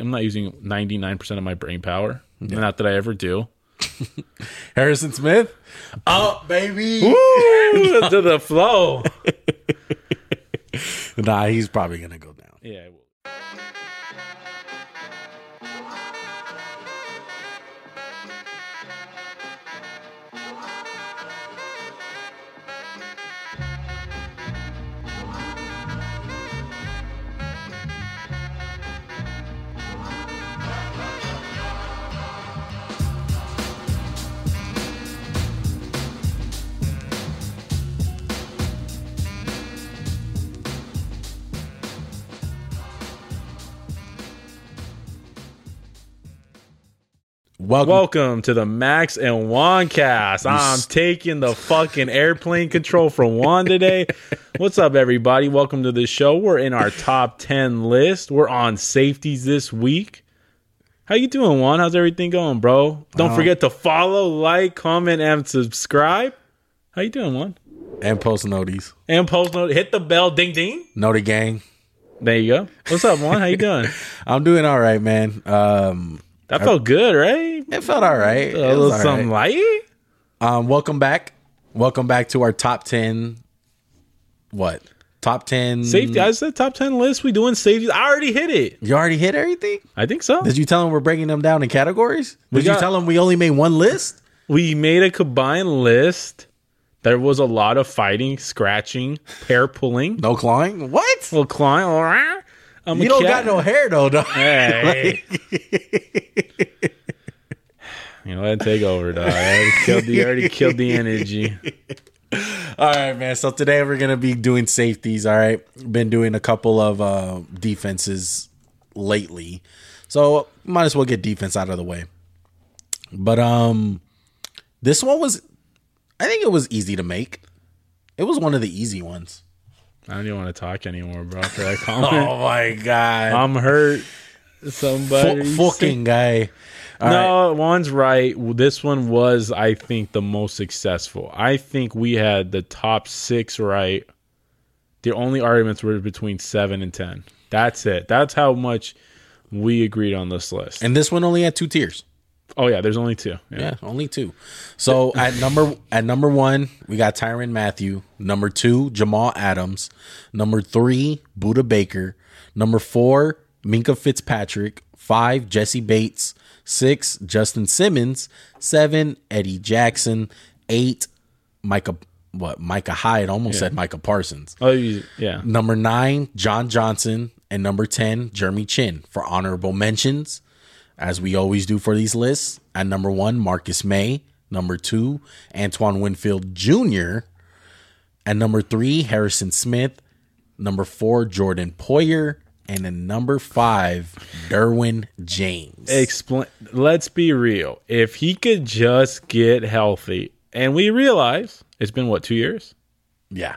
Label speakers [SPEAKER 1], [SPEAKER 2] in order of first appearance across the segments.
[SPEAKER 1] I'm not using 99% of my brain power. Not that I ever do.
[SPEAKER 2] Harrison Smith. Oh, baby.
[SPEAKER 1] Ooh, to the flow.
[SPEAKER 2] nah, he's probably gonna go down.
[SPEAKER 1] Yeah.
[SPEAKER 2] Welcome.
[SPEAKER 1] Welcome to the Max and Juan cast. I'm taking the fucking airplane control from Juan today. What's up, everybody? Welcome to the show. We're in our top 10 list. We're on safeties this week. How you doing, Juan? How's everything going, bro? Don't forget to follow, like, comment, and subscribe. How you doing, Juan?
[SPEAKER 2] and post noties.
[SPEAKER 1] And post note, hit the bell, ding ding.
[SPEAKER 2] Noti gang.
[SPEAKER 1] There you go. What's up, Juan? How you doing?
[SPEAKER 2] I'm doing all right, man. Um,
[SPEAKER 1] That felt good, right?
[SPEAKER 2] it felt all right.
[SPEAKER 1] A little something light.
[SPEAKER 2] Um, welcome back. Welcome back to our top ten. What? Top ten
[SPEAKER 1] Safety. I said top ten list. We doing safety. I already hit it.
[SPEAKER 2] You already hit everything.
[SPEAKER 1] I think so.
[SPEAKER 2] Did you tell them we're breaking them down in categories? Did
[SPEAKER 1] got-
[SPEAKER 2] you tell them we only made one list?
[SPEAKER 1] We made a combined list. There was a lot of fighting, scratching, hair pulling.
[SPEAKER 2] No clawing. What?
[SPEAKER 1] Little climb. I'm
[SPEAKER 2] you
[SPEAKER 1] a
[SPEAKER 2] don't
[SPEAKER 1] cat.
[SPEAKER 2] got no hair though. dog.
[SPEAKER 1] Hey. you know, let it take over, dog. I already killed the, I already killed the energy.
[SPEAKER 2] All right, man. So today we're gonna be doing safeties. All right, been doing a couple of uh, defenses lately, so might as well get defense out of the way. But um, this one was, I think it was easy to make. It was one of the easy ones.
[SPEAKER 1] I don't even want to talk anymore, bro. After that comment,
[SPEAKER 2] Oh my god,
[SPEAKER 1] I'm hurt.
[SPEAKER 2] Fu-
[SPEAKER 1] Somebody say-
[SPEAKER 2] fucking guy. All right.
[SPEAKER 1] no, Juan's right. This one was, I think, the most successful. I think we had the top six right. The only arguments were between seven and ten. That's it. That's how much we agreed on this list.
[SPEAKER 2] And this one only had two tiers.
[SPEAKER 1] oh yeah, there's only two. Yeah.
[SPEAKER 2] Yeah, only two. So at number at number one, we got Tyron Matthew. Number two, Jamal Adams. Number three, Buda Baker. Number four, Minka Fitzpatrick. Five, Jesse Bates. Six, Justin Simmons. Seven, Eddie Jackson. Eight, Micah what Micah Hyde almost said Micah Parsons.
[SPEAKER 1] Oh you- yeah.
[SPEAKER 2] Number nine, John Johnson. And number 10, Jeremy Chin for honorable mentions. As we always do for these lists, at number one, Marcus May. Number two, Antoine Winfield Jr. At number three, Harrison Smith. Number four, Jordan Poyer. And at number five, Derwin James.
[SPEAKER 1] Explain. Let's be real. If he could just get healthy, and we realize it's been what two years.
[SPEAKER 2] yeah.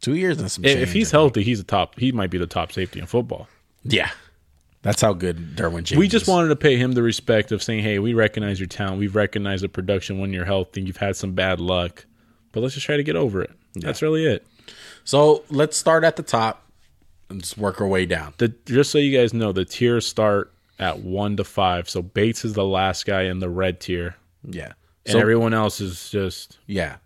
[SPEAKER 2] Two years and some
[SPEAKER 1] If-
[SPEAKER 2] change.
[SPEAKER 1] If he's healthy, he's a top. He might be the top safety in football.
[SPEAKER 2] yeah. That's how good Derwin James
[SPEAKER 1] We just
[SPEAKER 2] is.
[SPEAKER 1] wanted to pay him the respect of saying, "Hey, we recognize your talent. We've recognized the production when you're healthy. You've had some bad luck, but let's just try to get over it." That's really it.
[SPEAKER 2] So let's start at the top and just work our way down.
[SPEAKER 1] The, just so you guys know, the tiers start at one to five. So Bates is the last guy in the red tier,
[SPEAKER 2] Yeah.
[SPEAKER 1] and
[SPEAKER 2] So
[SPEAKER 1] everyone else is just
[SPEAKER 2] yeah.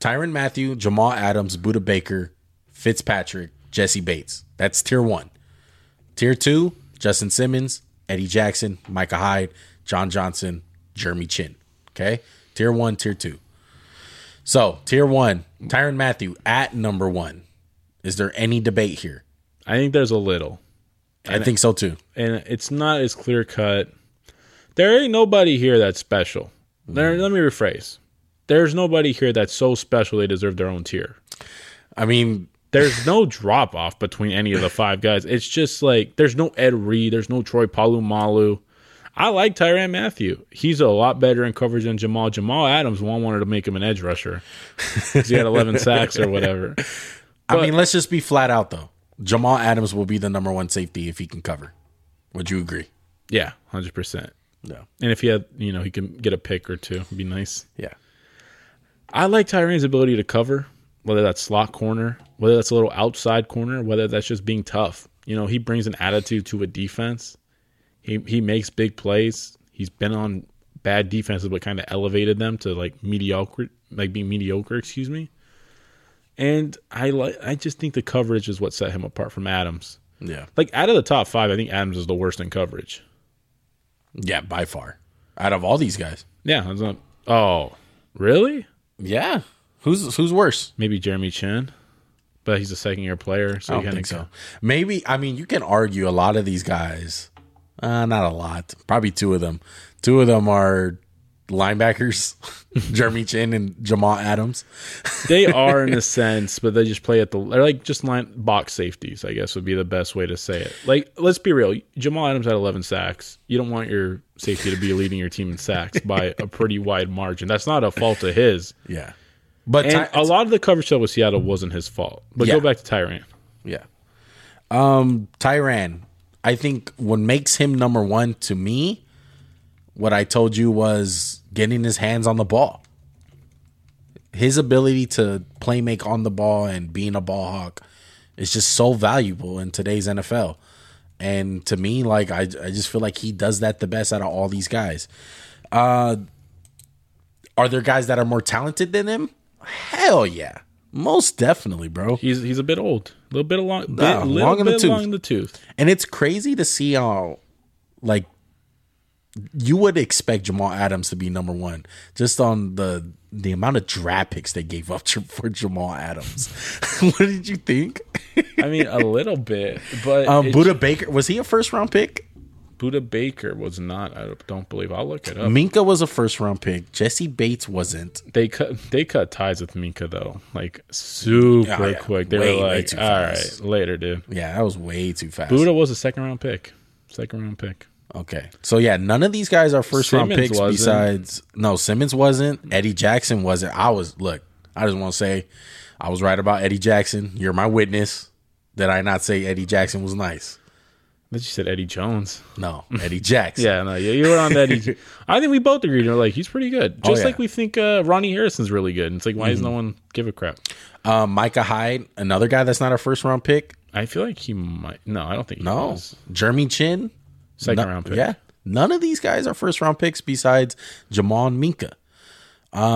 [SPEAKER 2] Tyron Matthew, Jamal Adams, Buda Baker, Fitzpatrick, Jesse Bates. That's tier one. Tier two, Justin Simmons, Eddie Jackson, Micah Hyde, John Johnson, Jeremy Chin. Okay. Tier one, tier two. So tier one, Tyron Matthew at number one. Is there any debate here?
[SPEAKER 1] I think there's a little,
[SPEAKER 2] I think so too.
[SPEAKER 1] and it's not as clear cut. There ain't nobody here that's special. There, let me rephrase. There's nobody here that's so special they deserve their own tier.
[SPEAKER 2] I mean,
[SPEAKER 1] there's no drop off between any of the five guys. It's just like there's no Ed Reed, there's no Troy Palumalu. I like Tyran Matthew. He's a lot better in coverage than Jamal. Jamal Adams one wanted to make him an edge rusher 'Cause he had 11 sacks or whatever.
[SPEAKER 2] I mean, let's just be flat out though. Jamal Adams will be the number one safety if he can cover. Would you agree?
[SPEAKER 1] Yeah, 100. percent
[SPEAKER 2] No.
[SPEAKER 1] And if he had, you know, he can get a pick or two. It'd be nice.
[SPEAKER 2] Yeah.
[SPEAKER 1] I like Tyran's ability to cover, whether that's slot corner, whether that's a little outside corner, whether that's just being tough. You know, he brings an attitude to a defense. He he makes big plays. He's been on bad defenses, but kind of elevated them to like mediocre, like being mediocre. Excuse me. And I like I just think the coverage is what set him apart from Adams.
[SPEAKER 2] Yeah.
[SPEAKER 1] Like out of the top five, I think Adams is the worst in coverage.
[SPEAKER 2] Yeah, by far. Out of all these guys.
[SPEAKER 1] Yeah, that's not. Oh, really?
[SPEAKER 2] Yeah. Who's who's worse?
[SPEAKER 1] Maybe Jeremy Chin, but he's a second year player, so
[SPEAKER 2] I
[SPEAKER 1] he
[SPEAKER 2] don't
[SPEAKER 1] kinda
[SPEAKER 2] think so. Maybe I mean you can argue a lot of these guys. Uh, not a lot. Probably two of them. Two of them are linebackers, Jeremy Chin and Jamal Adams.
[SPEAKER 1] they are in a sense, but they just play at the they're like just line box safeties, I guess would be the best way to say it. Like let's be real, Jamal Adams had 11 sacks. You don't want your safety to be leading your team in sacks by a pretty wide margin. That's not a fault of his.
[SPEAKER 2] Yeah. But
[SPEAKER 1] And
[SPEAKER 2] Ty-
[SPEAKER 1] a lot of the coverage that with Seattle wasn't his fault. But
[SPEAKER 2] Yeah.
[SPEAKER 1] go back to Tyrant.
[SPEAKER 2] Yeah. Um, Tyran, I think what makes him number one to me, what I told you was getting his hands on the ball. His ability to play make on the ball and being a ball hawk is just so valuable in today's NFL. And to me, like I, I just feel like he does that the best out of all these guys. Uh, are there guys that are more talented than him? Hell yeah, most definitely, bro.
[SPEAKER 1] He's he's a bit old. A little bit along bit,
[SPEAKER 2] Nah,
[SPEAKER 1] little
[SPEAKER 2] long in the
[SPEAKER 1] bit
[SPEAKER 2] tooth.
[SPEAKER 1] long in the tooth.
[SPEAKER 2] And it's crazy to see how, like, you would expect Jamal Adams to be number one just on the the amount of draft picks they gave up to, for Jamal Adams. what did you think?
[SPEAKER 1] I mean a little bit, but
[SPEAKER 2] Um,
[SPEAKER 1] it-
[SPEAKER 2] Buddha Baker was he a first round pick?
[SPEAKER 1] Buddha Baker was not. I don't believe. I'll look it up.
[SPEAKER 2] Minka was a first round pick. Jesse Bates wasn't.
[SPEAKER 1] they cut they cut ties with Minka though, like super
[SPEAKER 2] Oh, yeah.
[SPEAKER 1] quick. They
[SPEAKER 2] Way,
[SPEAKER 1] were
[SPEAKER 2] way
[SPEAKER 1] like,
[SPEAKER 2] too
[SPEAKER 1] "All right,
[SPEAKER 2] fast."
[SPEAKER 1] later, dude."
[SPEAKER 2] Yeah, that was way too fast.
[SPEAKER 1] Buddha was a second round pick. Second round pick.
[SPEAKER 2] Okay, so yeah, none of these guys are first round
[SPEAKER 1] Simmons
[SPEAKER 2] picks.
[SPEAKER 1] wasn't.
[SPEAKER 2] Besides, no, Simmons wasn't. Eddie Jackson wasn't. I was look. I just want to say, I was right about Eddie Jackson. You're my witness. Did I not say Eddie Jackson was nice?
[SPEAKER 1] But you said Eddie Jones.
[SPEAKER 2] No, Eddie Jackson.
[SPEAKER 1] Yeah, no, you, you were on that. Eddie- I think we both agreed. We're like, he's pretty good. Just
[SPEAKER 2] Oh, yeah. Mm-hmm.
[SPEAKER 1] like we think uh, Ronnie Harrison's really good. And it's like, why does no one give a crap?
[SPEAKER 2] Um, Micah Hyde, another guy that's not a first round pick.
[SPEAKER 1] I feel like he might. No, I don't think he
[SPEAKER 2] No,
[SPEAKER 1] was.
[SPEAKER 2] Jeremy Chin,
[SPEAKER 1] Second
[SPEAKER 2] No-
[SPEAKER 1] round pick.
[SPEAKER 2] Yeah. None of these guys are first round picks besides Jamal and Minka. Um,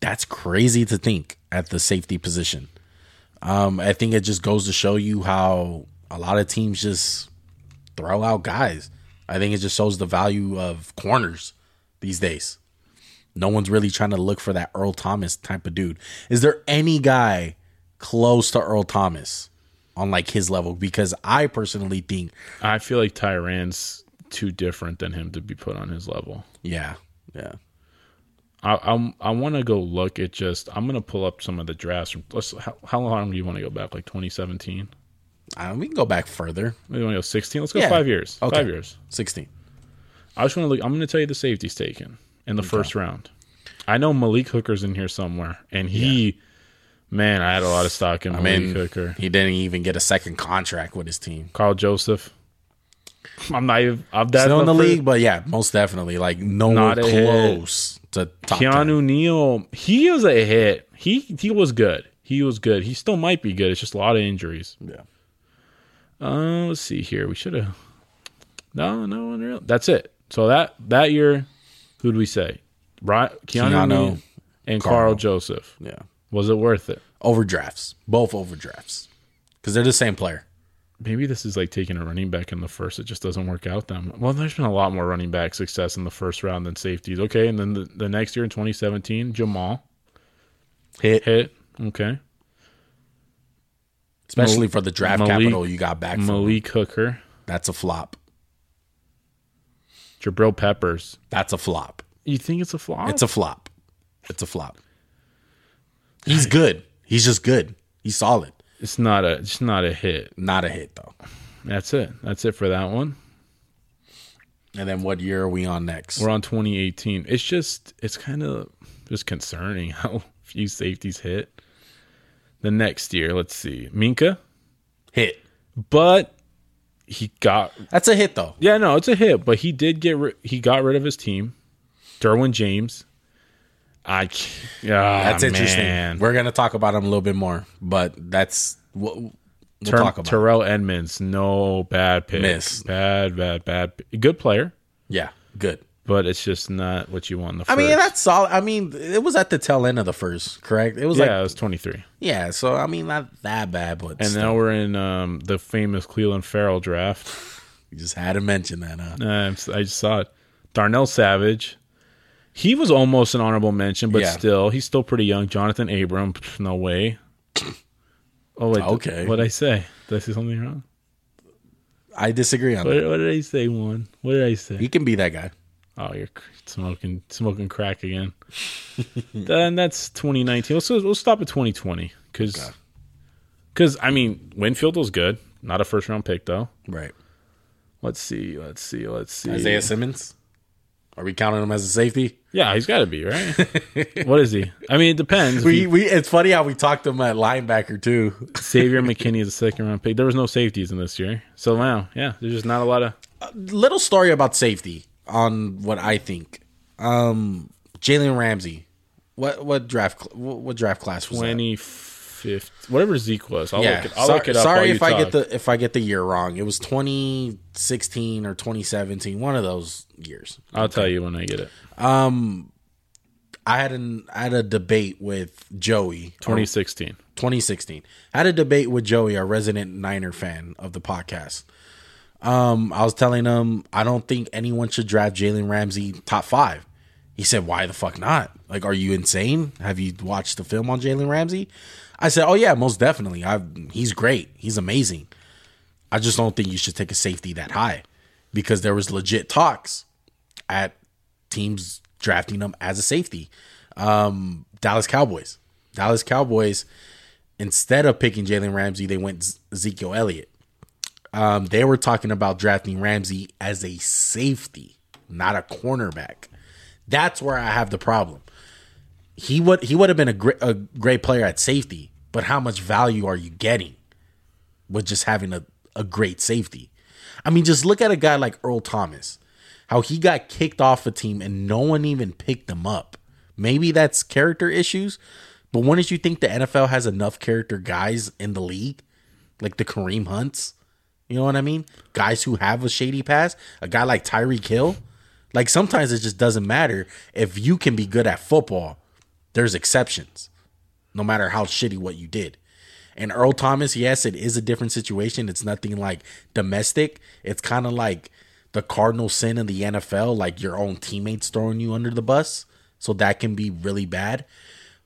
[SPEAKER 2] that's crazy to think at the safety position. Um, I think it just goes to show you how a lot of teams just throw out guys. I think it just shows the value of corners these days. No one's really trying to look for that Earl Thomas type of dude. Is there any guy close to Earl Thomas on like his level? Because I personally think
[SPEAKER 1] I feel like Tyran's too different than him to be put on his level.
[SPEAKER 2] Yeah, yeah.
[SPEAKER 1] I I'm, I want to go look at just I'm gonna pull up some of the drafts from let's how, how long do you want to go back like 2017
[SPEAKER 2] I Uh, we can go back further.
[SPEAKER 1] maybe want to go 16 let's go
[SPEAKER 2] Yeah.
[SPEAKER 1] five years
[SPEAKER 2] Okay.
[SPEAKER 1] five years
[SPEAKER 2] Sixteen.
[SPEAKER 1] I just want to look I'm gonna tell you the safeties taken in the first round I know Malik Hooker's in here somewhere and he man I had a lot of stock in Malik
[SPEAKER 2] mean,
[SPEAKER 1] Hooker
[SPEAKER 2] He didn't even get a second contract with his team.
[SPEAKER 1] Carl Joseph I'm not even I'm that's
[SPEAKER 2] Still in the
[SPEAKER 1] first-
[SPEAKER 2] league, but yeah, most definitely. Like nowhere
[SPEAKER 1] Not a hit.
[SPEAKER 2] close to top ten.
[SPEAKER 1] Keanu Neal he was a hit he he was good he was good he still might be good it's just a lot of injuries
[SPEAKER 2] Yeah.
[SPEAKER 1] Uh, let's see here. We should have. No, no one real. That's it. So that that year, who would we say? Right, Keanu,
[SPEAKER 2] Keanu,
[SPEAKER 1] Neal and Carl.
[SPEAKER 2] Carl.
[SPEAKER 1] Joseph.
[SPEAKER 2] Yeah.
[SPEAKER 1] Was it worth it?
[SPEAKER 2] Overdrafts. Both overdrafts. Because they're the same player.
[SPEAKER 1] Maybe this is like taking a running back in the first. It just doesn't work out them. Well, there's been a lot more running back success in the first round than safeties. Okay, and then the, the next year in 2017, Jamal
[SPEAKER 2] Hit.
[SPEAKER 1] hit. Okay,
[SPEAKER 2] Especially for the draft
[SPEAKER 1] Malik-
[SPEAKER 2] capital you got back from.
[SPEAKER 1] Malik Hooker,
[SPEAKER 2] That's a flop.
[SPEAKER 1] Jabril Peppers.
[SPEAKER 2] That's a flop.
[SPEAKER 1] You think it's a flop?
[SPEAKER 2] It's a flop. It's a flop. He's good. He's just good. He's solid.
[SPEAKER 1] it's not a. It's not a hit.
[SPEAKER 2] Not a hit though.
[SPEAKER 1] That's it. That's it for that one.
[SPEAKER 2] And then what year are we on next?
[SPEAKER 1] We're on 2018. It's just, it's kind of just concerning how few safeties hit. The next year, let's see, Minka,
[SPEAKER 2] hit.
[SPEAKER 1] but he got,
[SPEAKER 2] That's a hit though.
[SPEAKER 1] yeah, no, it's a hit, but he did get, ri- he got rid of his team, Derwin James. I, yeah,
[SPEAKER 2] Ah, That's interesting.
[SPEAKER 1] Man.
[SPEAKER 2] We're gonna talk about him a little bit more, but that's wh- We'll
[SPEAKER 1] Ter-
[SPEAKER 2] talk about it.
[SPEAKER 1] Terrell Edmonds, no bad pick.
[SPEAKER 2] Miss.
[SPEAKER 1] Bad, bad, bad. p- Good player,
[SPEAKER 2] Yeah, good.
[SPEAKER 1] but it's just not what you want in the
[SPEAKER 2] I
[SPEAKER 1] first.
[SPEAKER 2] mean, that's solid. I mean, it was at the tail end of the first, correct? It was
[SPEAKER 1] yeah,
[SPEAKER 2] like,
[SPEAKER 1] it was 23.
[SPEAKER 2] yeah. So I mean, not that bad, but
[SPEAKER 1] And now we're in um, the famous Cleveland Farrell draft.
[SPEAKER 2] you just had to mention that. Huh?
[SPEAKER 1] Uh, I'm s- I just saw it. Darnell Savage. He was almost an honorable mention, but
[SPEAKER 2] Yeah.
[SPEAKER 1] still, he's still pretty young. Jonathan Abram, pff, no way. Oh wait,
[SPEAKER 2] Okay.
[SPEAKER 1] What did I say? Did I say something wrong?
[SPEAKER 2] I disagree on that.
[SPEAKER 1] What, what did I say? One. What did I say?
[SPEAKER 2] He can be that guy.
[SPEAKER 1] Oh, you're cr- smoking smoking crack again. and that's 2019. Let's we'll stop at 2020 because I mean Winfield was good. Not a first round pick though.
[SPEAKER 2] Right.
[SPEAKER 1] Let's see. Let's see. Let's see.
[SPEAKER 2] Isaiah Simmons. Are we counting him as a safety?
[SPEAKER 1] Yeah, he's got to be right. what is he? I mean, it depends. If
[SPEAKER 2] We we. It's funny how we talked him at linebacker too.
[SPEAKER 1] you- Xavier McKinney is a second round pick. There was no safeties in this year, so wow, yeah, there's just not a lot of.
[SPEAKER 2] Little story about safety on what I think. Um, Jalen Ramsey. What what draft cl- what what draft class was that?
[SPEAKER 1] 25th, whatever Zeke was. I'll,
[SPEAKER 2] Yeah.
[SPEAKER 1] look, it, I'll
[SPEAKER 2] sorry
[SPEAKER 1] look it up.
[SPEAKER 2] sorry
[SPEAKER 1] while you
[SPEAKER 2] if I get
[SPEAKER 1] talk.
[SPEAKER 2] the if I get the year wrong. It was 2016 or 2017, one of those years.
[SPEAKER 1] I'll tell you when I get it.
[SPEAKER 2] Oh. I had an I had a debate with Joey
[SPEAKER 1] 2016.
[SPEAKER 2] 2016. I had a debate with Joey, a resident Niner fan of the podcast. Um, I was telling him I don't think anyone should draft Jalen Ramsey top five. He said, "Why the fuck not? Like, are you insane? Have you watched the film on Jalen Ramsey?" I said, "Oh yeah, most definitely. I he's great. He's amazing. I just don't think you should take a safety that high because there was legit talks at teams drafting him as a safety. Um, Dallas Cowboys. Dallas Cowboys instead of picking Jalen Ramsey, they went Z- Ezekiel Elliott. Um, they were talking about drafting Ramsey as a safety, not a cornerback. That's where I have the problem. He would he would have been a great a great player at safety, but how much value are you getting with just having a, a great safety? I mean, just look at a guy like Earl Thomas, how he got kicked off a team and no one even picked him up. Maybe that's character issues, but wouldn't you think the NFL has enough character guys in the league? Like the Kareem Hunts? You know what I mean? Guys who have a shady pass, a guy like Tyreek Hill. Like sometimes it just doesn't matter if you can be good at football. There's exceptions no matter how shitty what you did. And Earl Thomas, yes, it is a different situation. It's nothing like domestic. It's kind of like the cardinal sin in the NFL, like your own teammates throwing you under the bus. So that can be really bad.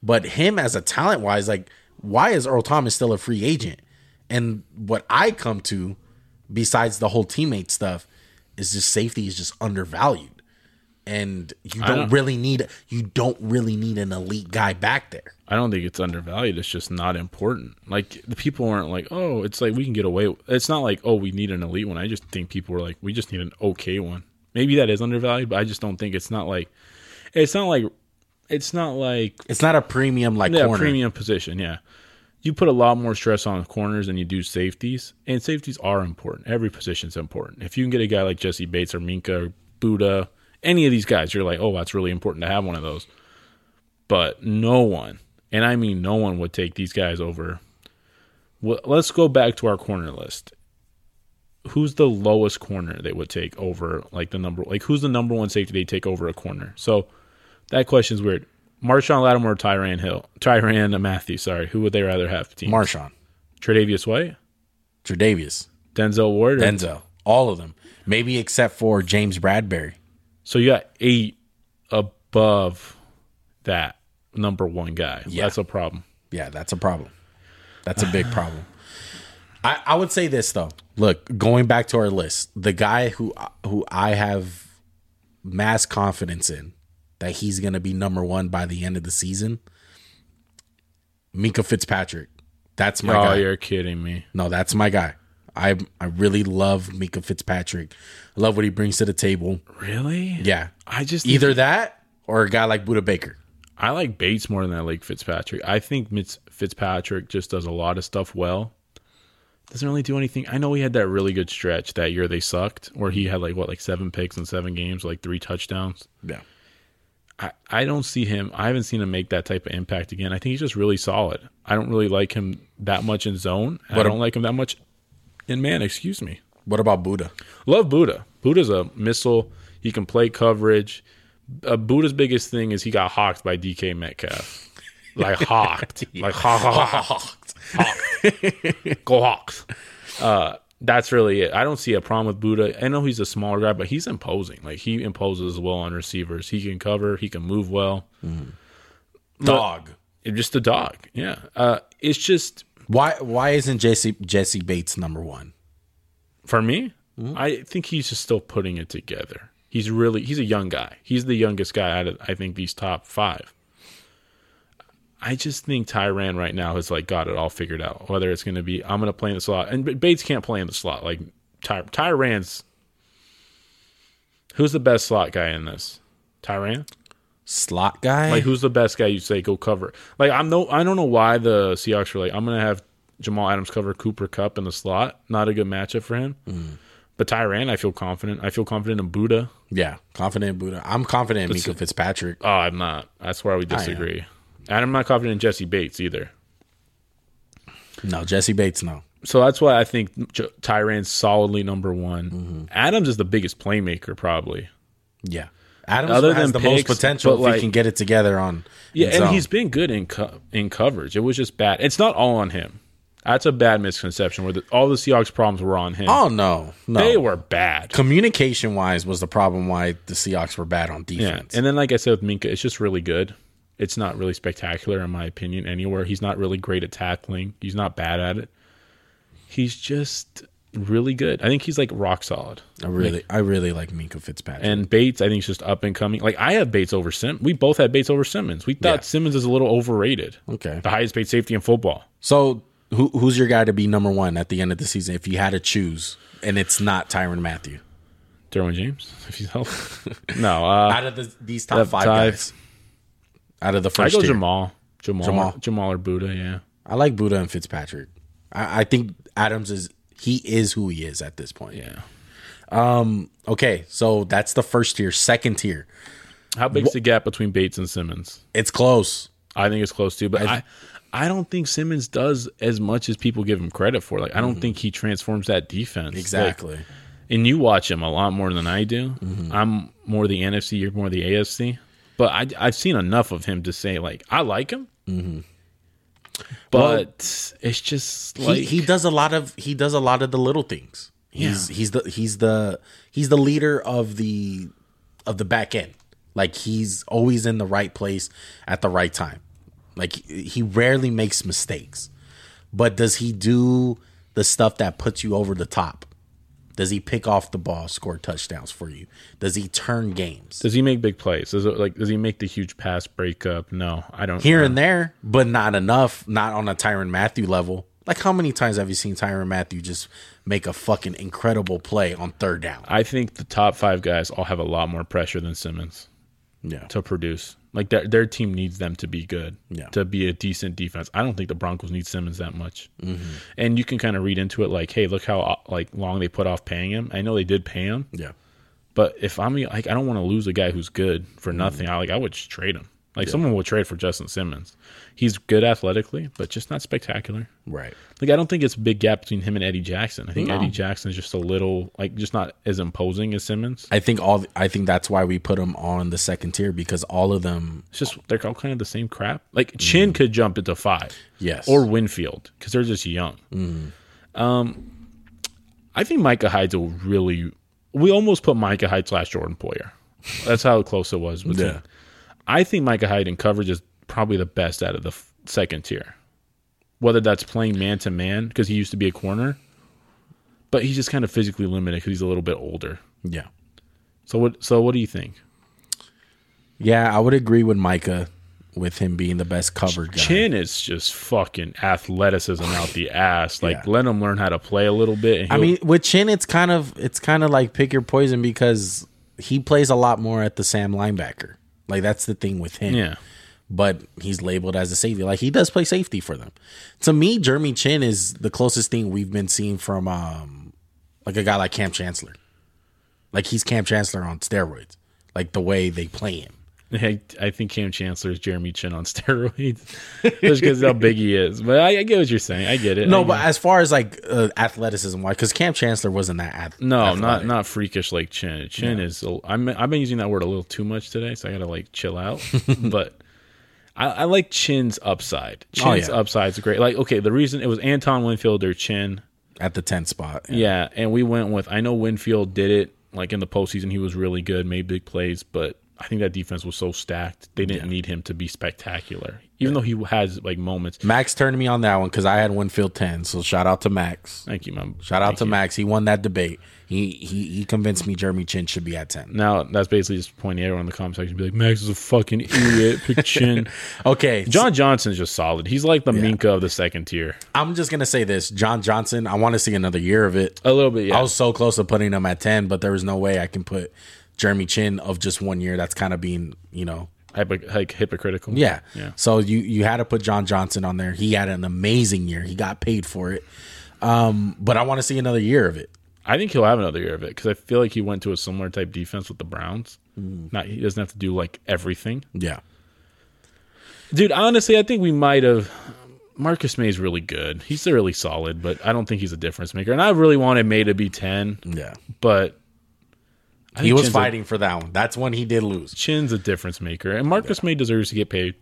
[SPEAKER 2] But him as a talent wise, like, why is Earl Thomas still a free agent? And what I come to, besides the whole teammate stuff, is just safety is just undervalued. And you don't
[SPEAKER 1] don't-
[SPEAKER 2] really need you don't really need an elite guy back there.
[SPEAKER 1] I don't think it's undervalued. It's just not important. Like the people aren't like, oh, it's like we can get away. with-" It's not like, oh, we need an elite one. I just think people are like, we just need an okay one. Maybe that is undervalued, but I just don't think it's not like, it's not like, it's not like
[SPEAKER 2] It's not a premium like
[SPEAKER 1] yeah,
[SPEAKER 2] corner.
[SPEAKER 1] premium position. Yeah, you put a lot more stress on corners than you do safeties, and safeties are important. Every position's important. If you can get a guy like Jesse Bates or Minka or Buddha, any of these guys, you're like, oh, that's really important to have one of those. But no one, and I mean no one, would take these guys over. Well, let's go back to our corner list. Who's the lowest corner they would take over? Like the number, like who's the number one safety they take over a corner? So that question's weird. Marshawn Lattimore, or Tyran Hill, Tyran Matthew. Sorry, who would they rather have? Team
[SPEAKER 2] Marshawn,
[SPEAKER 1] Tre'Davious White,
[SPEAKER 2] Tre'Davious,
[SPEAKER 1] Denzel Ward. or-
[SPEAKER 2] Denzel, all of them. Maybe except for James Bradbury.
[SPEAKER 1] so you got eight above that number one guy. That's a problem.
[SPEAKER 2] Yeah, that's a problem. That's a big problem. I, I would say this though. Look, going back to our list, the guy who who I have mass confidence in that he's going to be number one by the end of the season, Minka Fitzpatrick. That's my
[SPEAKER 1] oh,
[SPEAKER 2] guy.
[SPEAKER 1] you're kidding me.
[SPEAKER 2] No, that's my guy. I I really love Minka Fitzpatrick. I love what he brings to the table.
[SPEAKER 1] Really?
[SPEAKER 2] Yeah.
[SPEAKER 1] I just
[SPEAKER 2] Either that or a guy like Buda Baker.
[SPEAKER 1] I like Bates more than I like Fitzpatrick. I think Mitz, Fitzpatrick just does a lot of stuff well. Doesn't really do anything. I know he had that really good stretch that year they sucked, where he had like what, like seven picks in seven games, like three touchdowns.
[SPEAKER 2] Yeah.
[SPEAKER 1] I, I don't see him. I haven't seen him make that type of impact again. I think he's just really solid. I don't really like him that much in zone. and I
[SPEAKER 2] But-
[SPEAKER 1] don't like him that much in man. Excuse me.
[SPEAKER 2] What about Buddha?
[SPEAKER 1] Love Buddha. Buddha's a missile. He can play coverage. Uh, Buddha's biggest thing is he got hawked by DK Metcalf. Like hawked. Like ha ha ha ha. Go Hawks. Uh, that's really it. I don't see a problem with Buddha. I know he's a smaller guy, but he's imposing. Like he imposes well on receivers. He can cover. He can move well.
[SPEAKER 2] Dog.
[SPEAKER 1] It- just a dog. Yeah. Uh, it's just
[SPEAKER 2] Why why isn't Jesse Jesse Bates number one?
[SPEAKER 1] for me. I think he's just still putting it together. He's really he's a young guy. He's the youngest guy out of I think these top five. I just think Tyran right now has like got it all figured out. Whether it's going to be I'm going to play in the slot, and B- Bates can't play in the slot. Like Ty, Tyran's, who's the best slot guy in this? Tyran.
[SPEAKER 2] Slot guy?
[SPEAKER 1] Like who's the best guy you say go cover? Like I'm no I don't know why the Seahawks were like I'm gonna have Jamal Adams cover Cooper Cup in the slot. Not a good matchup for him. But Tyran, I feel confident. I feel confident in Buddha.
[SPEAKER 2] yeah, confident in Buddha. I'm confident in Minka Fitzpatrick.
[SPEAKER 1] Oh, I'm not. That's where we disagree. And I'm not confident in Jesse Bates either.
[SPEAKER 2] No, Jesse Bates, no.
[SPEAKER 1] So that's why I think J- Tyran's solidly number one. Adams is the biggest playmaker probably.
[SPEAKER 2] Yeah. Adams
[SPEAKER 1] Other
[SPEAKER 2] has
[SPEAKER 1] than
[SPEAKER 2] the
[SPEAKER 1] picks,
[SPEAKER 2] most potential
[SPEAKER 1] but,
[SPEAKER 2] if
[SPEAKER 1] like-
[SPEAKER 2] he can get it together on
[SPEAKER 1] Yeah,
[SPEAKER 2] in
[SPEAKER 1] and
[SPEAKER 2] zone.
[SPEAKER 1] he's been good in co- in coverage. It was just bad. It's not all on him. That's a bad misconception where the, all the Seahawks problems were on him.
[SPEAKER 2] Oh no. No.
[SPEAKER 1] They were bad.
[SPEAKER 2] Communication wise was the problem why the Seahawks were bad on
[SPEAKER 1] Yeah.
[SPEAKER 2] defense.
[SPEAKER 1] And then, like I said with Minka, it's just really good. It's not really spectacular, in my opinion, anywhere. He's not really great at tackling, he's not bad at it. He's just really good. I think he's like rock solid.
[SPEAKER 2] I really I really like Minka Fitzpatrick.
[SPEAKER 1] And Bates, I think, is just up and coming. Like, I have Bates over Sim. We both had Bates over Simmons. We thought
[SPEAKER 2] Yeah.
[SPEAKER 1] Simmons is a little overrated.
[SPEAKER 2] okay.
[SPEAKER 1] The highest paid safety in football.
[SPEAKER 2] So who who's your guy to be number one at the end of the season if you had to choose and it's not Tyron Matthew?
[SPEAKER 1] Derwin James, if he's healthy. no, uh,
[SPEAKER 2] Out of the, these top five
[SPEAKER 1] five.
[SPEAKER 2] guys. Out of
[SPEAKER 1] I
[SPEAKER 2] the first
[SPEAKER 1] go
[SPEAKER 2] tier.
[SPEAKER 1] Jamal. Jamal. Jamal.
[SPEAKER 2] Jamal.
[SPEAKER 1] or Buddha, yeah.
[SPEAKER 2] I like Buddha and Fitzpatrick. I, I think Adams is he is who he is at this point. Um,
[SPEAKER 1] Yeah.
[SPEAKER 2] Okay, so that's the first tier. Second tier,
[SPEAKER 1] How big's the gap between Bates and Simmons?
[SPEAKER 2] it's close.
[SPEAKER 1] I think it's close too, but I, I don't think Simmons does as much as people give him credit for. Like I don't think he transforms that defense Like,
[SPEAKER 2] Exactly.
[SPEAKER 1] and you watch him a lot more than I do. I'm more the NFC, you're more the AFC, but I I've seen enough of him to say like I like him, Mm-hmm. but it's just like
[SPEAKER 2] he, he does a lot of he does a lot of the little things. He's he's the he's the he's the leader of the of the back end. Like he's always in the right place at the right time. Like he he rarely makes mistakes. But does he do the stuff that puts you over the top? Does he pick off the ball, score touchdowns for you? Does he turn games?
[SPEAKER 1] does he make big plays? Does it, like does he make the huge pass breakup? No, I don't.
[SPEAKER 2] here and there, but not enough. Not on a Tyron Matthew level. Like how many times have you seen Tyron Matthew just make a fucking incredible play on third down?
[SPEAKER 1] I think the top five guys all have a lot more pressure than Simmons.
[SPEAKER 2] Yeah,
[SPEAKER 1] to produce. Like their their team needs them to be good,
[SPEAKER 2] Yeah.
[SPEAKER 1] to be a decent defense. I don't think the Broncos need Simmons that much, and you can kind of read into it like, hey, look how uh, like long they put off paying him. I know they did pay him,
[SPEAKER 2] yeah,
[SPEAKER 1] but if I'm like, I don't want to lose a guy who's good for nothing. I like I would just trade him. Like someone will trade for Justin Simmons. He's good athletically, but just not spectacular.
[SPEAKER 2] right.
[SPEAKER 1] Like I don't think it's a big gap between him and Eddie Jackson. I think Eddie Jackson is just a little like just not as imposing as Simmons.
[SPEAKER 2] I think all. I think that's why we put him on the second tier because all of them.
[SPEAKER 1] It's just they're all kind of the same crap. Like Chin could jump into five.
[SPEAKER 2] Yes.
[SPEAKER 1] or Winfield because they're just young. Um, I think Micah Hyde's a really. We almost put Micah Hyde slash Jordan Poyer. That's how close it was. Between.
[SPEAKER 2] Yeah.
[SPEAKER 1] I think Micah Hyde in coverage is probably the best out of the f- second tier. Whether that's playing man to man because he used to be a corner, but he's just kind of physically limited because he's a little bit older.
[SPEAKER 2] yeah,
[SPEAKER 1] So what? So what do you think?
[SPEAKER 2] yeah. I would agree with Micah with him being the best covered guy.
[SPEAKER 1] Chin is just fucking athleticism out the ass. Like
[SPEAKER 2] Yeah.
[SPEAKER 1] let him learn how to play a little bit. And
[SPEAKER 2] I
[SPEAKER 1] he'll-
[SPEAKER 2] mean, with Chin, it's kind of it's kind of like pick your poison because he plays a lot more at the Sam linebacker. Like that's the thing with him.
[SPEAKER 1] yeah.
[SPEAKER 2] but he's labeled as a safety. Like he does play safety for them. To me, Jeremy Chin is the closest thing we've been seeing from um like a guy like Cam Chancellor. Like he's Cam Chancellor on steroids. Like the way they play him.
[SPEAKER 1] I, I think Cam Chancellor is Jeremy Chin on steroids, just because how big he is. But I, I get what you're saying. I get it.
[SPEAKER 2] No,
[SPEAKER 1] I
[SPEAKER 2] but as far as like uh, athleticism wise, because Cam Chancellor wasn't that ath-
[SPEAKER 1] No, not
[SPEAKER 2] athletic.
[SPEAKER 1] not freakish like chin. Chin is. a- I'm I've been using that word a little too much today, so I gotta like chill out. but I, I like chin's upside.
[SPEAKER 2] Oh,
[SPEAKER 1] Chin's
[SPEAKER 2] yeah.
[SPEAKER 1] upside's great. Like okay, the reason it was Anton Winfield or chin.
[SPEAKER 2] at the ten spot. Yeah.
[SPEAKER 1] Yeah, and we went with. I know Winfield did it. Like in the postseason, he was really good, made big plays, but I think that defense was so stacked they didn't need him to be spectacular. Even though he has like moments.
[SPEAKER 2] Max turned me on that one because I had Winfield ten. So shout out to Max.
[SPEAKER 1] Thank you, man.
[SPEAKER 2] Shout out to Max. He won that debate. He he he convinced me Jeremy Chin should be at ten.
[SPEAKER 1] Now that's basically just pointing at everyone in the comment section, be like, Max is a fucking idiot. Pick chin.
[SPEAKER 2] Okay, John.
[SPEAKER 1] John Johnson's just solid. He's like the Minka of the second tier.
[SPEAKER 2] I'm just gonna say this, John Johnson. I want to see another year of it.
[SPEAKER 1] A little bit, yeah.
[SPEAKER 2] I was so close to putting him at ten, but there was no way I can put Jeremy Chin of just one year. That's kind of being you know
[SPEAKER 1] Hypo- like hypocritical.
[SPEAKER 2] Yeah.
[SPEAKER 1] Yeah.
[SPEAKER 2] So you you had to put John Johnson on there. He had an amazing year. He got paid for it. Um, but I want to see another year of it.
[SPEAKER 1] I think he'll have another year of it because I feel like he went to a similar type defense with the Browns. Not he doesn't have to do like everything,
[SPEAKER 2] Yeah.
[SPEAKER 1] dude. Honestly, I think we might have. Marcus May's really good. He's really solid, but I don't think he's a difference maker. And I really wanted May to be ten,
[SPEAKER 2] Yeah.
[SPEAKER 1] but I
[SPEAKER 2] He
[SPEAKER 1] think
[SPEAKER 2] was
[SPEAKER 1] Chin's a-
[SPEAKER 2] fighting for that one. That's when he did lose.
[SPEAKER 1] Chin's a difference maker, and Marcus May deserves to get paid.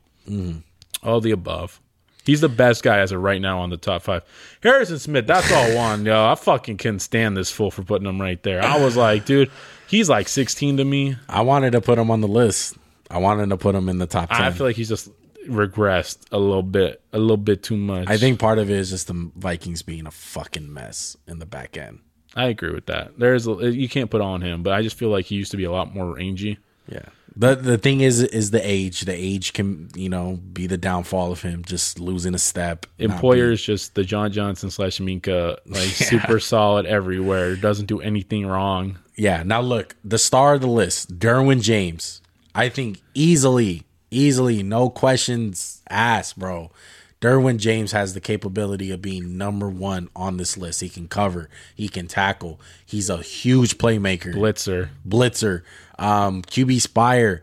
[SPEAKER 1] All the above. He's the best guy as of right now on the top five. Harrison Smith, that's all one, yo. I fucking couldn't stand this fool for putting him right there. I was like, dude, he's like 16 to me.
[SPEAKER 2] I wanted to put him on the list. I wanted to put him in the top ten.
[SPEAKER 1] I
[SPEAKER 2] I,
[SPEAKER 1] feel like he's just regressed a little bit, a little bit too much.
[SPEAKER 2] think part of it is just the Vikings being a fucking mess in the back end.
[SPEAKER 1] I agree with that. There's a, you can't put on him, but I just feel like he used to be a lot more rangy.
[SPEAKER 2] Yeah. The the thing is is the age. The age can you know be the downfall of him just losing a step. not
[SPEAKER 1] Employers just the John Johnson slash Minka, like super solid everywhere. Doesn't do anything wrong.
[SPEAKER 2] Yeah. Now look, the star of the list, Derwin James. I think easily, easily, no questions asked, bro. Derwin James has the capability of being number one on this list. He can cover. He can tackle. He's a huge playmaker,
[SPEAKER 1] Blitzer.
[SPEAKER 2] blitzer, um, QB spire.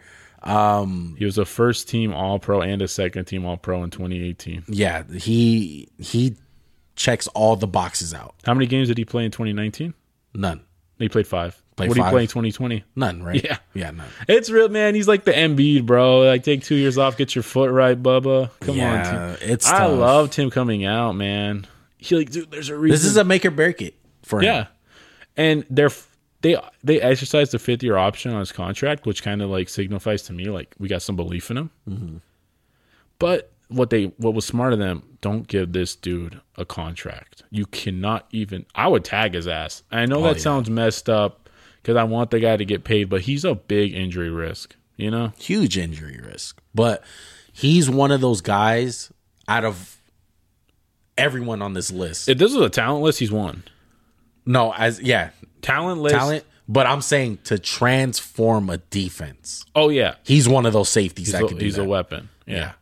[SPEAKER 1] He was a first team All Pro and a second team All Pro in 2018.
[SPEAKER 2] Yeah, he he checks all the boxes out.
[SPEAKER 1] How many games did he play in 2019?
[SPEAKER 2] None,
[SPEAKER 1] He played five.
[SPEAKER 2] Played
[SPEAKER 1] what did he
[SPEAKER 2] five.
[SPEAKER 1] play in 2020?
[SPEAKER 2] none, right?
[SPEAKER 1] Yeah.
[SPEAKER 2] yeah, none.
[SPEAKER 1] It's real, man. He's like the Embiid, bro. Like, take two years off, get your foot right, Bubba. Come on,
[SPEAKER 2] Yeah,
[SPEAKER 1] team.
[SPEAKER 2] it's
[SPEAKER 1] I
[SPEAKER 2] tough.
[SPEAKER 1] loved him coming out, man. He like, dude, there's a reason.
[SPEAKER 2] This is a make or break it for him.
[SPEAKER 1] yeah, and they're f- they they exercised the fifth year option on his contract, which kind of like signifies to me like we got some belief in him.
[SPEAKER 2] Mm-hmm.
[SPEAKER 1] But what they what was smart of them, don't give this dude a contract. You cannot even. I would tag his ass. I know that
[SPEAKER 2] Oh, yeah.
[SPEAKER 1] sounds messed up because I want the guy to get paid, but he's a big injury risk. You know,
[SPEAKER 2] huge injury risk. But he's one of those guys out of everyone on this list.
[SPEAKER 1] if this was a talent list, he's one
[SPEAKER 2] no, as yeah,
[SPEAKER 1] talent list.
[SPEAKER 2] talent. But I'm saying to transform a defense,
[SPEAKER 1] Oh yeah,
[SPEAKER 2] he's one of those safeties that
[SPEAKER 1] he's,
[SPEAKER 2] can
[SPEAKER 1] a,
[SPEAKER 2] do
[SPEAKER 1] he's
[SPEAKER 2] that.
[SPEAKER 1] a weapon. Yeah.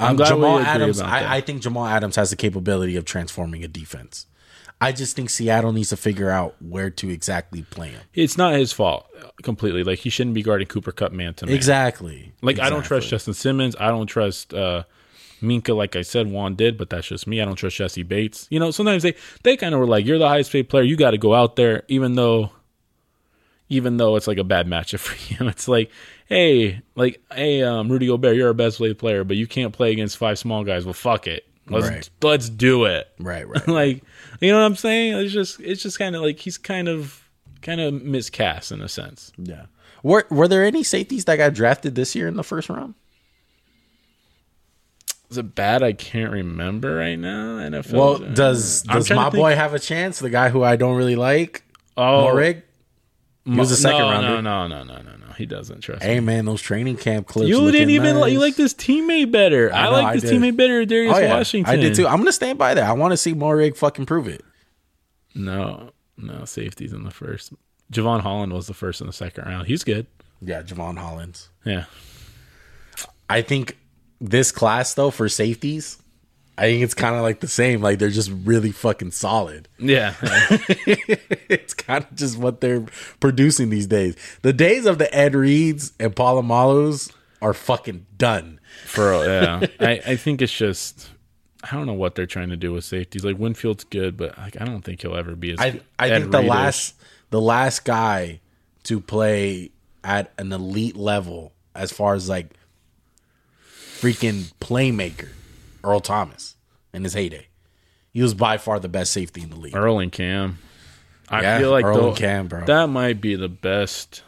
[SPEAKER 2] Um,
[SPEAKER 1] glad we
[SPEAKER 2] Jamal
[SPEAKER 1] agree
[SPEAKER 2] Adams.
[SPEAKER 1] about that.
[SPEAKER 2] I, I think Jamal Adams has the capability of transforming a defense. I just think Seattle needs to figure out where to exactly play him.
[SPEAKER 1] it's not his fault uh, completely. Like he shouldn't be guarding Cooper Cup man to man.
[SPEAKER 2] Exactly.
[SPEAKER 1] Like I don't trust Justin Simmons. I don't trust uh, Minka. Like I said, Juan did, but that's just me. I don't trust Jesse Bates. You know, sometimes they they kind of were like, "You're the highest paid player. You got to go out there," even though, even though it's like a bad matchup for you. It's like, hey, like hey, um, Rudy Gobert, you're our best paid player, but you can't play against five small guys. Well, fuck it. Let's
[SPEAKER 2] Right.
[SPEAKER 1] let's do it.
[SPEAKER 2] Right. Right.
[SPEAKER 1] like, you know what I'm saying? It's just it's just kind of like he's kind of kind of miscast in a sense.
[SPEAKER 2] yeah. Were Were there any safeties that got drafted this year in the first round?
[SPEAKER 1] Is it bad? I can't remember right now. NFL.
[SPEAKER 2] Well, does
[SPEAKER 1] uh, I'm
[SPEAKER 2] does
[SPEAKER 1] trying to
[SPEAKER 2] my
[SPEAKER 1] think-
[SPEAKER 2] boy have a chance? The guy who I don't really like,
[SPEAKER 1] oh,
[SPEAKER 2] Morig. He was a second
[SPEAKER 1] no,
[SPEAKER 2] rounder.
[SPEAKER 1] No, no, no, no, no, no. He doesn't trust. me.
[SPEAKER 2] Hey man, those training camp clips.
[SPEAKER 1] You didn't
[SPEAKER 2] looking
[SPEAKER 1] even like, you
[SPEAKER 2] nice.
[SPEAKER 1] like this teammate better. I,
[SPEAKER 2] know, I
[SPEAKER 1] like this
[SPEAKER 2] did.
[SPEAKER 1] teammate better, Darius
[SPEAKER 2] Oh yeah,
[SPEAKER 1] Washington.
[SPEAKER 2] I did too. I'm gonna stand by that. I want to see Morig fucking prove it.
[SPEAKER 1] No, no safeties in the first. Javon Holland was the first in the second round. He's good.
[SPEAKER 2] Yeah, Javon Hollins.
[SPEAKER 1] Yeah,
[SPEAKER 2] I think this class though for safeties, I think it's kind of like the same. Like they're just really fucking solid.
[SPEAKER 1] Yeah.
[SPEAKER 2] it's kind of just what they're producing these days. The days of the Ed Reeds and Palomalos are fucking done.
[SPEAKER 1] For real, yeah. I, I think it's just I don't know what they're trying to do with safeties. Like Winfield's good, but like, I don't think he'll ever be as.
[SPEAKER 2] I
[SPEAKER 1] good-
[SPEAKER 2] I
[SPEAKER 1] Ed
[SPEAKER 2] think the
[SPEAKER 1] Reed-ish.
[SPEAKER 2] last the last guy to play at an elite level as far as like freaking playmaker, Earl Thomas in his heyday. He was by far the best safety in the league.
[SPEAKER 1] Earl and Cam. I
[SPEAKER 2] Yeah,
[SPEAKER 1] feel like
[SPEAKER 2] Earl
[SPEAKER 1] tho-
[SPEAKER 2] and Cam, bro.
[SPEAKER 1] that might be the best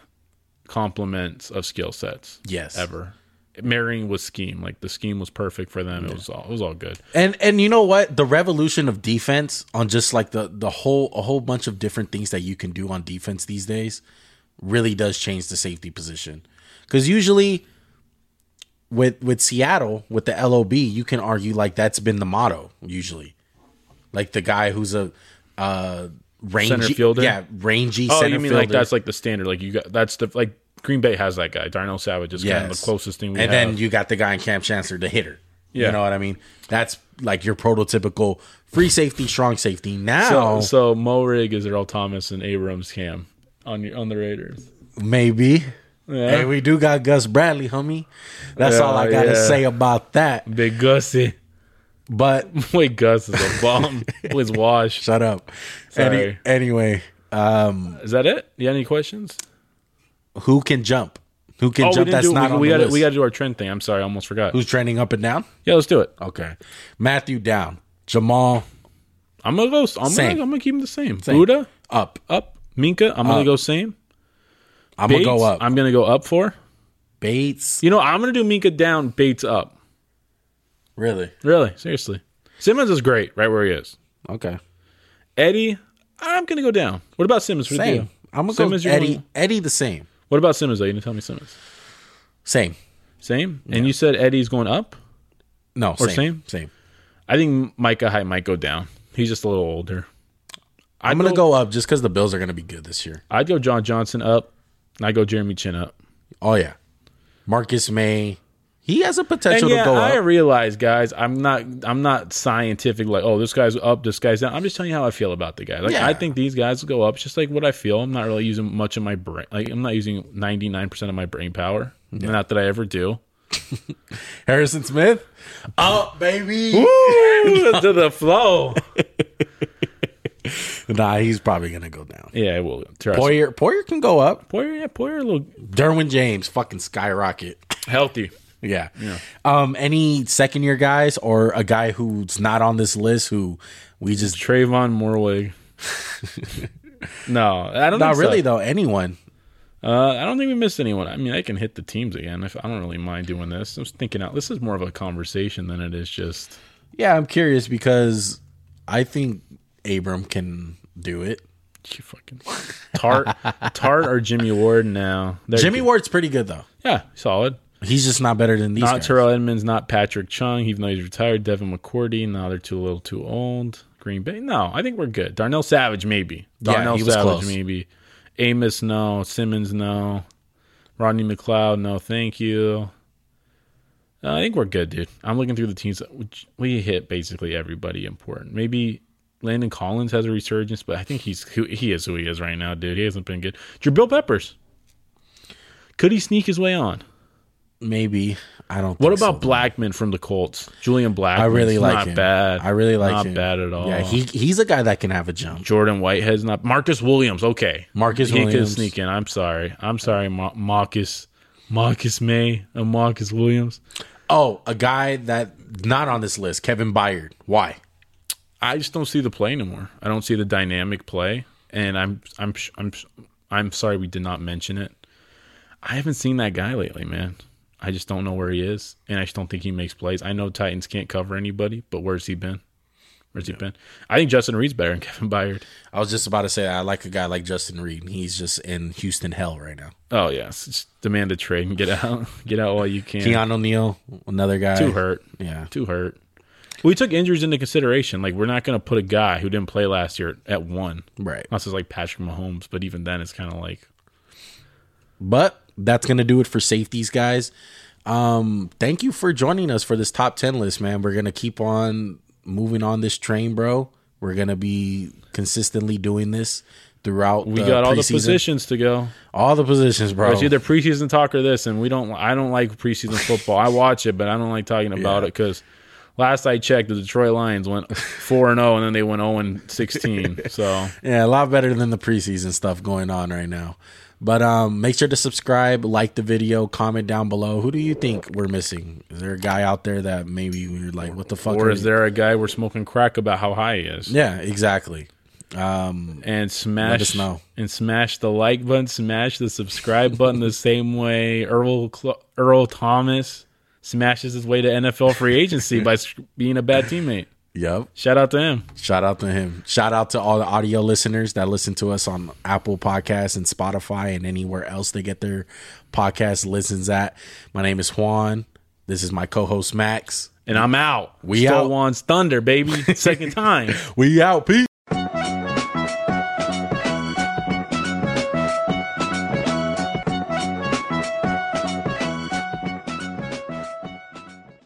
[SPEAKER 1] complements of skill sets.
[SPEAKER 2] Yes.
[SPEAKER 1] ever marrying with scheme. Like the scheme was perfect for them. It was all it was all good.
[SPEAKER 2] And and you know what? The revolution of defense on just like the the whole a whole bunch of different things that you can do on defense these days really does change the safety position. Cuz usually with with Seattle with the LOB, you can argue like that's been the motto usually. Like the guy who's a uh rangy
[SPEAKER 1] Center fielder?
[SPEAKER 2] Yeah, rangy
[SPEAKER 1] Oh,
[SPEAKER 2] center
[SPEAKER 1] you mean
[SPEAKER 2] fielder.
[SPEAKER 1] like that's like the standard? Like you got that's the like Green Bay has that guy. Darnell Savage is kind of
[SPEAKER 2] Yes.
[SPEAKER 1] the closest thing we
[SPEAKER 2] and
[SPEAKER 1] have.
[SPEAKER 2] then you got the guy in Camp Chancellor, the hitter.
[SPEAKER 1] Yeah.
[SPEAKER 2] You know what I mean? That's like your prototypical free safety, strong safety.
[SPEAKER 1] so,
[SPEAKER 2] Now
[SPEAKER 1] so Mo Rig is Earl Thomas and Abrams Cam on your on the Raiders.
[SPEAKER 2] Maybe. Hey, we do got Gus Bradley, homie. That's all I
[SPEAKER 1] Yeah,
[SPEAKER 2] gotta
[SPEAKER 1] yeah.
[SPEAKER 2] say about that.
[SPEAKER 1] Big Gussie.
[SPEAKER 2] But
[SPEAKER 1] Wait, Gus is a bum. Was washed.
[SPEAKER 2] shut up. Any,
[SPEAKER 1] Sorry.
[SPEAKER 2] anyway,
[SPEAKER 1] Is that it? You got any questions?
[SPEAKER 2] who can jump? Who can
[SPEAKER 1] Oh, we
[SPEAKER 2] jump?
[SPEAKER 1] didn't
[SPEAKER 2] That's
[SPEAKER 1] do
[SPEAKER 2] not
[SPEAKER 1] we,
[SPEAKER 2] on
[SPEAKER 1] we
[SPEAKER 2] the
[SPEAKER 1] gotta,
[SPEAKER 2] list.
[SPEAKER 1] We got to do our trend thing. I'm sorry, I almost forgot.
[SPEAKER 2] Who's trending up and down?
[SPEAKER 1] yeah, let's do it.
[SPEAKER 2] Okay, Matthew down, Jamal
[SPEAKER 1] I'm gonna go. I'm gonna,
[SPEAKER 2] Same.
[SPEAKER 1] I'm gonna keep them the same. Buddha
[SPEAKER 2] up.
[SPEAKER 1] up. Minka. I'm gonna go same.
[SPEAKER 2] I'm
[SPEAKER 1] Bates,
[SPEAKER 2] gonna go up.
[SPEAKER 1] I'm gonna go up four.
[SPEAKER 2] Bates,
[SPEAKER 1] You know, I'm gonna do Minka down. Bates up.
[SPEAKER 2] really?
[SPEAKER 1] Really, seriously. Simmons is great, right where he is.
[SPEAKER 2] Okay,
[SPEAKER 1] Eddie, I'm gonna go down. What about Simmons? What do you
[SPEAKER 2] same.
[SPEAKER 1] do?
[SPEAKER 2] I'm gonna
[SPEAKER 1] Simmons,
[SPEAKER 2] go
[SPEAKER 1] you're
[SPEAKER 2] Eddie.
[SPEAKER 1] going-
[SPEAKER 2] Eddie the same.
[SPEAKER 1] What about Simmons? Though you didn't tell me Simmons.
[SPEAKER 2] Same.
[SPEAKER 1] Same. And you said Eddie's going up.
[SPEAKER 2] No,
[SPEAKER 1] Or
[SPEAKER 2] same.
[SPEAKER 1] same?
[SPEAKER 2] Same.
[SPEAKER 1] I think Micah Hyde might go down. He's just a little older.
[SPEAKER 2] I'm gonna go up just because the Bills are gonna be good this year.
[SPEAKER 1] I'd go John Johnson up. And I go Jeremy Chin up.
[SPEAKER 2] Oh yeah, Marcus May. He has a potential
[SPEAKER 1] And yeah,
[SPEAKER 2] to go
[SPEAKER 1] I
[SPEAKER 2] up.
[SPEAKER 1] realize, guys, I'm not I'm not scientific like, oh, this guy's up, this guy's down. I'm just telling you how I feel about the guy. Like
[SPEAKER 2] Yeah.
[SPEAKER 1] I think these guys will go up. It's just like what I feel. I'm not really using much of my brain like I'm not using ninety nine percent of my brain power. Not that I ever do.
[SPEAKER 2] Harrison Smith, up baby.
[SPEAKER 1] to the flow.
[SPEAKER 2] Nah, he's probably gonna go down.
[SPEAKER 1] Yeah, I will. Trust Poyer.
[SPEAKER 2] Poyer, Poyer can go up.
[SPEAKER 1] Poyer, yeah, Poyer a little
[SPEAKER 2] Derwin James, fucking skyrocket.
[SPEAKER 1] healthy.
[SPEAKER 2] yeah. Um, any second year guys or a guy who's not on this list who we just
[SPEAKER 1] Trayvon Morwig. no, I don't think
[SPEAKER 2] not
[SPEAKER 1] so.
[SPEAKER 2] really though anyone.
[SPEAKER 1] Uh, I don't think we missed anyone. I mean, I can hit the teams again. If I don't really mind doing this, I'm just thinking out. This is more of a conversation than it is just.
[SPEAKER 2] Yeah, I'm curious because I think Abram can do it.
[SPEAKER 1] You fucking Tart, Tart or Jimmy Ward now. They're-
[SPEAKER 2] Jimmy Ward's pretty good though.
[SPEAKER 1] yeah, solid.
[SPEAKER 2] He's just not better than these
[SPEAKER 1] Not
[SPEAKER 2] guys.
[SPEAKER 1] Terrell Edmonds, not Patrick Chung, even though he's retired. Devin McCourty, now they're too a little too old. Green Bay, no, I think we're good. Darnell Savage, maybe.
[SPEAKER 2] Yeah,
[SPEAKER 1] Darnell
[SPEAKER 2] he was
[SPEAKER 1] Savage,
[SPEAKER 2] close.
[SPEAKER 1] maybe. Amos, no. Simmons, no. Rodney McLeod, no. Thank you. Uh, I think we're good, dude. I'm looking through the teams. Which we hit basically everybody important. Maybe Landon Collins has a resurgence, but I think he's who, he is who he is right now, dude. He hasn't been good. Jabril Peppers. Could he sneak his way on?
[SPEAKER 2] Maybe I don't.
[SPEAKER 1] What
[SPEAKER 2] think so,
[SPEAKER 1] about
[SPEAKER 2] though.
[SPEAKER 1] Blackman from the Colts? Julian Blackman.
[SPEAKER 2] I really
[SPEAKER 1] He's
[SPEAKER 2] like
[SPEAKER 1] not
[SPEAKER 2] him.
[SPEAKER 1] bad.
[SPEAKER 2] I really like
[SPEAKER 1] not
[SPEAKER 2] him.
[SPEAKER 1] bad at all.
[SPEAKER 2] Yeah, he he's a guy that can have a jump.
[SPEAKER 1] Jordan Whitehead's not. Marcus Williams. Okay,
[SPEAKER 2] Marcus
[SPEAKER 1] he could
[SPEAKER 2] Williams.
[SPEAKER 1] sneak in. I'm sorry. I'm sorry, Ma- Marcus. Marcus May and Marcus Williams.
[SPEAKER 2] Oh, a guy that not on this list, Kevin Byard. Why?
[SPEAKER 1] I just don't see the play anymore. I don't see the dynamic play, and I'm I'm sh- I'm sh- I'm sorry we did not mention it. I haven't seen that guy lately, man. I just don't know where he is, and I just don't think he makes plays. I know Titans can't cover anybody, but where's he been? Where's he been? I think Justin Reed's better than Kevin Byard.
[SPEAKER 2] I was just about to say I like a guy like Justin Reed. He's just in Houston hell right now.
[SPEAKER 1] Oh yeah, s- just demand a trade and get out, get out while you can.
[SPEAKER 2] Keanu Neal, another guy.
[SPEAKER 1] Too hurt,
[SPEAKER 2] Yeah.
[SPEAKER 1] too hurt. We took injuries into consideration. Like we're not going to put a guy who didn't play last year at one,
[SPEAKER 2] Right.
[SPEAKER 1] unless it's like Patrick Mahomes. But even then, it's kind of like
[SPEAKER 2] But that's gonna do it for safeties, guys. Um, thank you for joining us for this top 10 list, man. We're going to keep on moving on this train, bro. We're going to be consistently doing this throughout
[SPEAKER 1] We got all the positions to go.
[SPEAKER 2] All the positions, bro.
[SPEAKER 1] It's either preseason talk or this, and we don't. I don't like preseason football. I watch it, but I don't like talking about it because last I checked, the Detroit Lions went four and zero, and then they went zero and sixteen. So
[SPEAKER 2] Yeah, a lot better than the preseason stuff going on right now. But um, make sure to subscribe, like the video, comment down below. Who do you think we're missing? Is there a guy out there that maybe we're like, what the fuck?
[SPEAKER 1] or
[SPEAKER 2] are
[SPEAKER 1] is
[SPEAKER 2] you-
[SPEAKER 1] there a guy we're smoking crack about how high he is?
[SPEAKER 2] Yeah, exactly. Um,
[SPEAKER 1] And smash
[SPEAKER 2] us know.
[SPEAKER 1] and smash the like button, smash the subscribe button the same way Earl Cl- Earl Thomas smashes his way to NFL free agency by s- being a bad teammate.
[SPEAKER 2] yep.
[SPEAKER 1] Shout out to him.
[SPEAKER 2] Shout out to him. Shout out to all the audio listeners that listen to us on Apple Podcasts and Spotify and anywhere else they get their podcast listens at. My name is Juan. This is my co-host Max.
[SPEAKER 1] And I'm out.
[SPEAKER 2] We
[SPEAKER 1] Stole
[SPEAKER 2] out.
[SPEAKER 1] Juan's Thunder, baby. Second time.
[SPEAKER 2] We out. Peace.